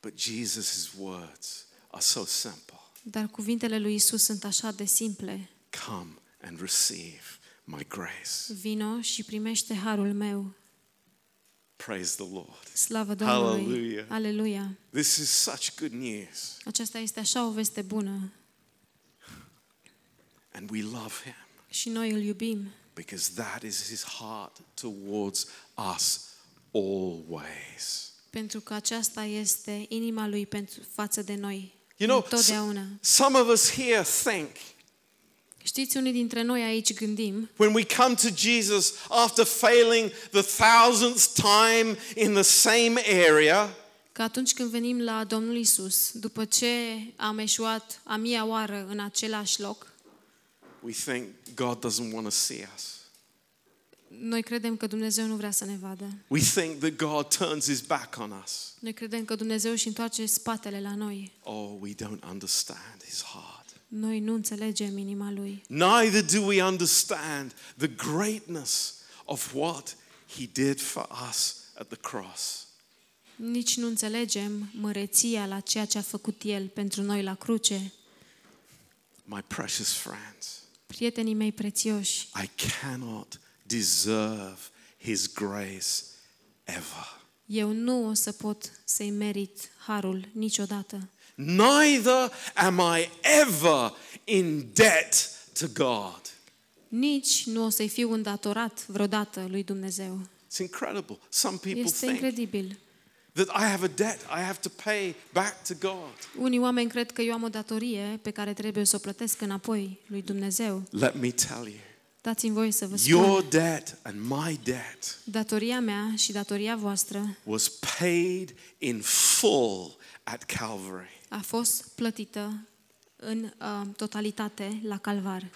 Speaker 1: But Jesus' words are so simple.
Speaker 2: dar cuvintele lui Isus sunt așa de simple.
Speaker 1: Come and receive my grace.
Speaker 2: Vino și primește harul meu.
Speaker 1: Praise the Lord.
Speaker 2: Slavă Domnului.
Speaker 1: Hallelujah.
Speaker 2: Aleluia.
Speaker 1: This is such good news.
Speaker 2: Aceasta este așa o veste bună
Speaker 1: And we love him
Speaker 2: și noi îl iubim.
Speaker 1: because that is his heart towards us always.
Speaker 2: Pentru că aceasta este inima lui pentru față de noi.
Speaker 1: You know,
Speaker 2: întotdeauna.
Speaker 1: s- some of us here think
Speaker 2: Știți, unii dintre noi aici gândim,
Speaker 1: when we come to Jesus after failing the thousandth time in the same area,
Speaker 2: că atunci când venim la Domnul Isus, după ce am eșuat a mia oară în același loc,
Speaker 1: we think God doesn't want to see us.
Speaker 2: noi credem că Dumnezeu nu vrea să ne vadă.
Speaker 1: We think that God turns his back on us.
Speaker 2: Noi credem că Dumnezeu își întoarce spatele la noi.
Speaker 1: Oh, we don't understand his heart.
Speaker 2: Noi nu înțelegem inima Lui.
Speaker 1: Neither do we understand the greatness of what he did for us at the cross.
Speaker 2: Nici nu înțelegem măreția la ceea ce a făcut El pentru noi la cruce.
Speaker 1: My precious friends,
Speaker 2: Prietenii mei prețioși,
Speaker 1: I cannot deserve his grace ever.
Speaker 2: eu nu o să pot să-i merit harul niciodată.
Speaker 1: Neither am I ever in debt to God.
Speaker 2: Nici nu o să-i fiu îndatorat vreodată lui Dumnezeu.
Speaker 1: It's incredible. Some people
Speaker 2: Este
Speaker 1: think
Speaker 2: incredibil.
Speaker 1: that I have a debt I have to pay back to God.
Speaker 2: Unii oameni cred că eu am o datorie pe care trebuie să o plătesc înapoi lui Dumnezeu.
Speaker 1: Let me tell you,
Speaker 2: Dați-mi voie să vă
Speaker 1: your
Speaker 2: spun.
Speaker 1: debt and my debt
Speaker 2: Datoria mea și datoria voastră
Speaker 1: was paid in full at Calvary.
Speaker 2: a fost plătită în uh, totalitate la calvar.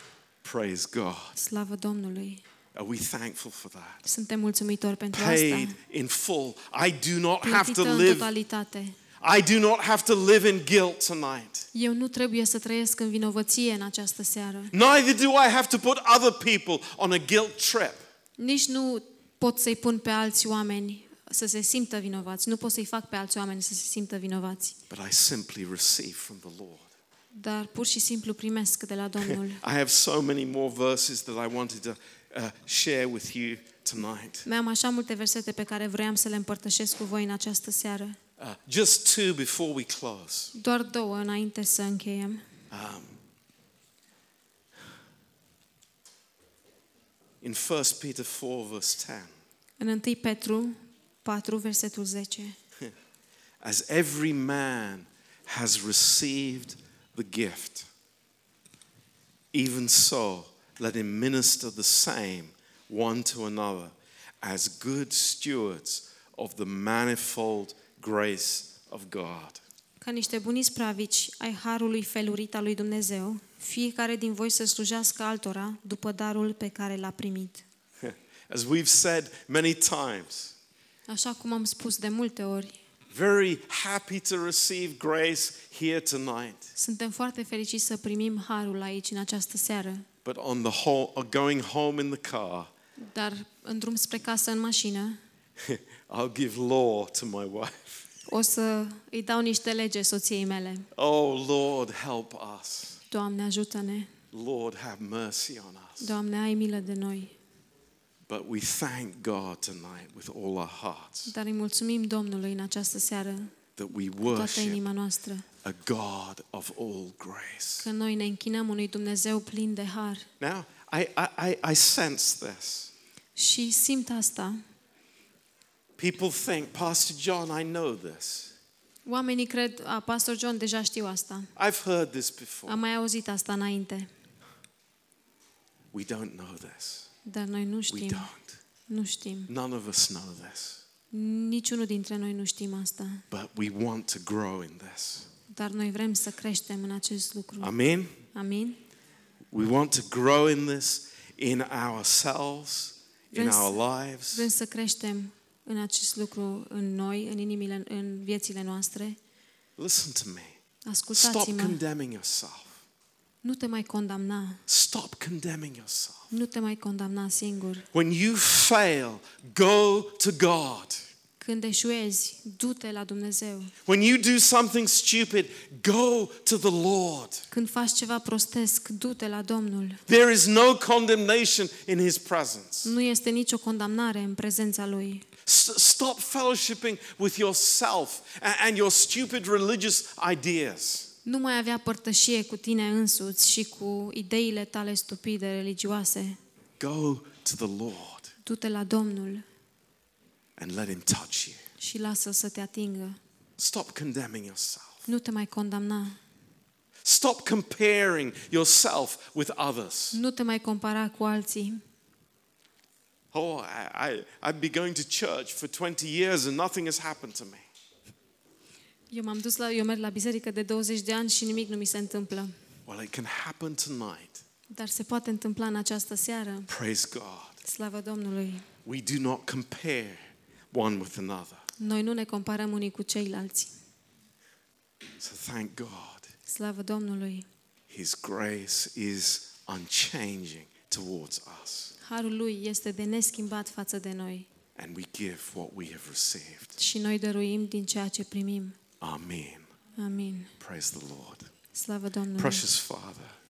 Speaker 1: Praise God.
Speaker 2: Slavă Domnului!
Speaker 1: Are we thankful for that?
Speaker 2: Suntem mulțumitori pentru
Speaker 1: Paid
Speaker 2: asta.
Speaker 1: in full. I do not have to
Speaker 2: Plătită în
Speaker 1: live.
Speaker 2: totalitate.
Speaker 1: I do not have to live in guilt tonight.
Speaker 2: Eu nu trebuie să trăiesc în vinovăție în această seară.
Speaker 1: Neither do I have to put other people on a guilt trip.
Speaker 2: Nici nu pot să-i pun pe alți oameni să se simtă vinovați. Nu pot să-i fac pe alți oameni să se simtă vinovați.
Speaker 1: but I simply receive from the Lord.
Speaker 2: Dar pur și simplu primesc de la Domnul.
Speaker 1: I have so many more verses that I wanted to uh, share with you tonight.
Speaker 2: Mai am așa multe versete pe care vroiam să le împărtășesc cu voi în această seară.
Speaker 1: Uh, just two before we close.
Speaker 2: Doar două înainte să încheiem.
Speaker 1: Um, in 1 Peter 4, verse 10,
Speaker 2: În 1 Petru 4, versetul 10.
Speaker 1: as every man has received the gift, even so let him minister the same one to another as good stewards of the manifold grace of God. (laughs)
Speaker 2: Ca niște buni spravici ai harului felurit al lui Dumnezeu, fiecare din voi să slujească altora după darul pe care l-a primit.
Speaker 1: As we've said many times,
Speaker 2: Așa cum am spus de multe ori,
Speaker 1: very happy to receive grace here tonight.
Speaker 2: suntem foarte fericiți să primim harul aici în această seară,
Speaker 1: But on the whole, or going home in the car, (laughs)
Speaker 2: dar în drum spre casă în mașină,
Speaker 1: I'll give law to my wife.
Speaker 2: o să îi dau niște lege soției mele.
Speaker 1: Oh Lord, help us.
Speaker 2: Doamne, ajută-ne!
Speaker 1: Lord, have mercy on us.
Speaker 2: Doamne, ai milă de noi!
Speaker 1: But we thank God tonight with all our hearts
Speaker 2: Dar îi mulțumim Domnului în această seară,
Speaker 1: that we
Speaker 2: toată
Speaker 1: worship
Speaker 2: inima noastră,
Speaker 1: a God of all grace.
Speaker 2: că noi ne închinăm unui Dumnezeu plin de har.
Speaker 1: Now, I, I, I- I sense this.
Speaker 2: Și simt asta.
Speaker 1: People think, Pastor John, I know this.
Speaker 2: Oamenii cred, a, Pastor John, deja știu asta.
Speaker 1: I've heard this before.
Speaker 2: Am mai auzit asta înainte,
Speaker 1: We don't know this.
Speaker 2: dar noi nu
Speaker 1: We
Speaker 2: știm.
Speaker 1: don't.
Speaker 2: Nu știm.
Speaker 1: None of us know this.
Speaker 2: Niciunul dintre noi nu știm asta,
Speaker 1: But we want to grow in this.
Speaker 2: dar noi vrem să creștem în acest lucru.
Speaker 1: Amen.
Speaker 2: Amin?
Speaker 1: We want to grow in this in ourselves, in
Speaker 2: Vrem să-
Speaker 1: our lives.
Speaker 2: Vrem să creștem în acest lucru în noi, în inimile, în viețile noastre.
Speaker 1: Listen to me. Stop
Speaker 2: Ascultați-mă.
Speaker 1: condemning yourself.
Speaker 2: Nu te mai condamna.
Speaker 1: Stop condemning yourself.
Speaker 2: Nu te mai condamna singur.
Speaker 1: When you fail, go to God.
Speaker 2: Când eșuezi, du-te la Dumnezeu.
Speaker 1: When you do something stupid, go to the Lord.
Speaker 2: Când faci ceva prostesc, du-te la Domnul.
Speaker 1: There is no condemnation in His presence.
Speaker 2: Nu este nicio condamnare în prezența Lui.
Speaker 1: S- stop fellowshipping with yourself a- and your stupid religious ideas.
Speaker 2: Nu mai avea părtășie cu tine însuți și cu ideile tale stupide religioase.
Speaker 1: Go to the Lord
Speaker 2: Du-te la Domnul
Speaker 1: and let Him touch you.
Speaker 2: și lasă să te atingă.
Speaker 1: Stop condemning yourself.
Speaker 2: Nu te mai condamna.
Speaker 1: Stop comparing yourself with others.
Speaker 2: Nu te mai compara cu alții.
Speaker 1: Oh, I, I, I've been going to church for 20 years and nothing has happened to me.
Speaker 2: Eu m-am dus la, eu merg la biserică de 20 de ani și nimic nu mi se întâmplă.
Speaker 1: Well, it can happen tonight.
Speaker 2: Dar se poate întâmpla în această seară.
Speaker 1: Praise God.
Speaker 2: Slavă Domnului!
Speaker 1: We do not compare one with another.
Speaker 2: Noi nu ne comparăm unii cu ceilalți.
Speaker 1: So thank God.
Speaker 2: Slavă Domnului!
Speaker 1: His grace is unchanging towards us.
Speaker 2: Harul Lui este de neschimbat față de noi
Speaker 1: And we give what we have received.
Speaker 2: și noi dăruim din ceea ce primim.
Speaker 1: Amen.
Speaker 2: Amin.
Speaker 1: Praise the Lord.
Speaker 2: Slavă Domnului!
Speaker 1: Precious Father.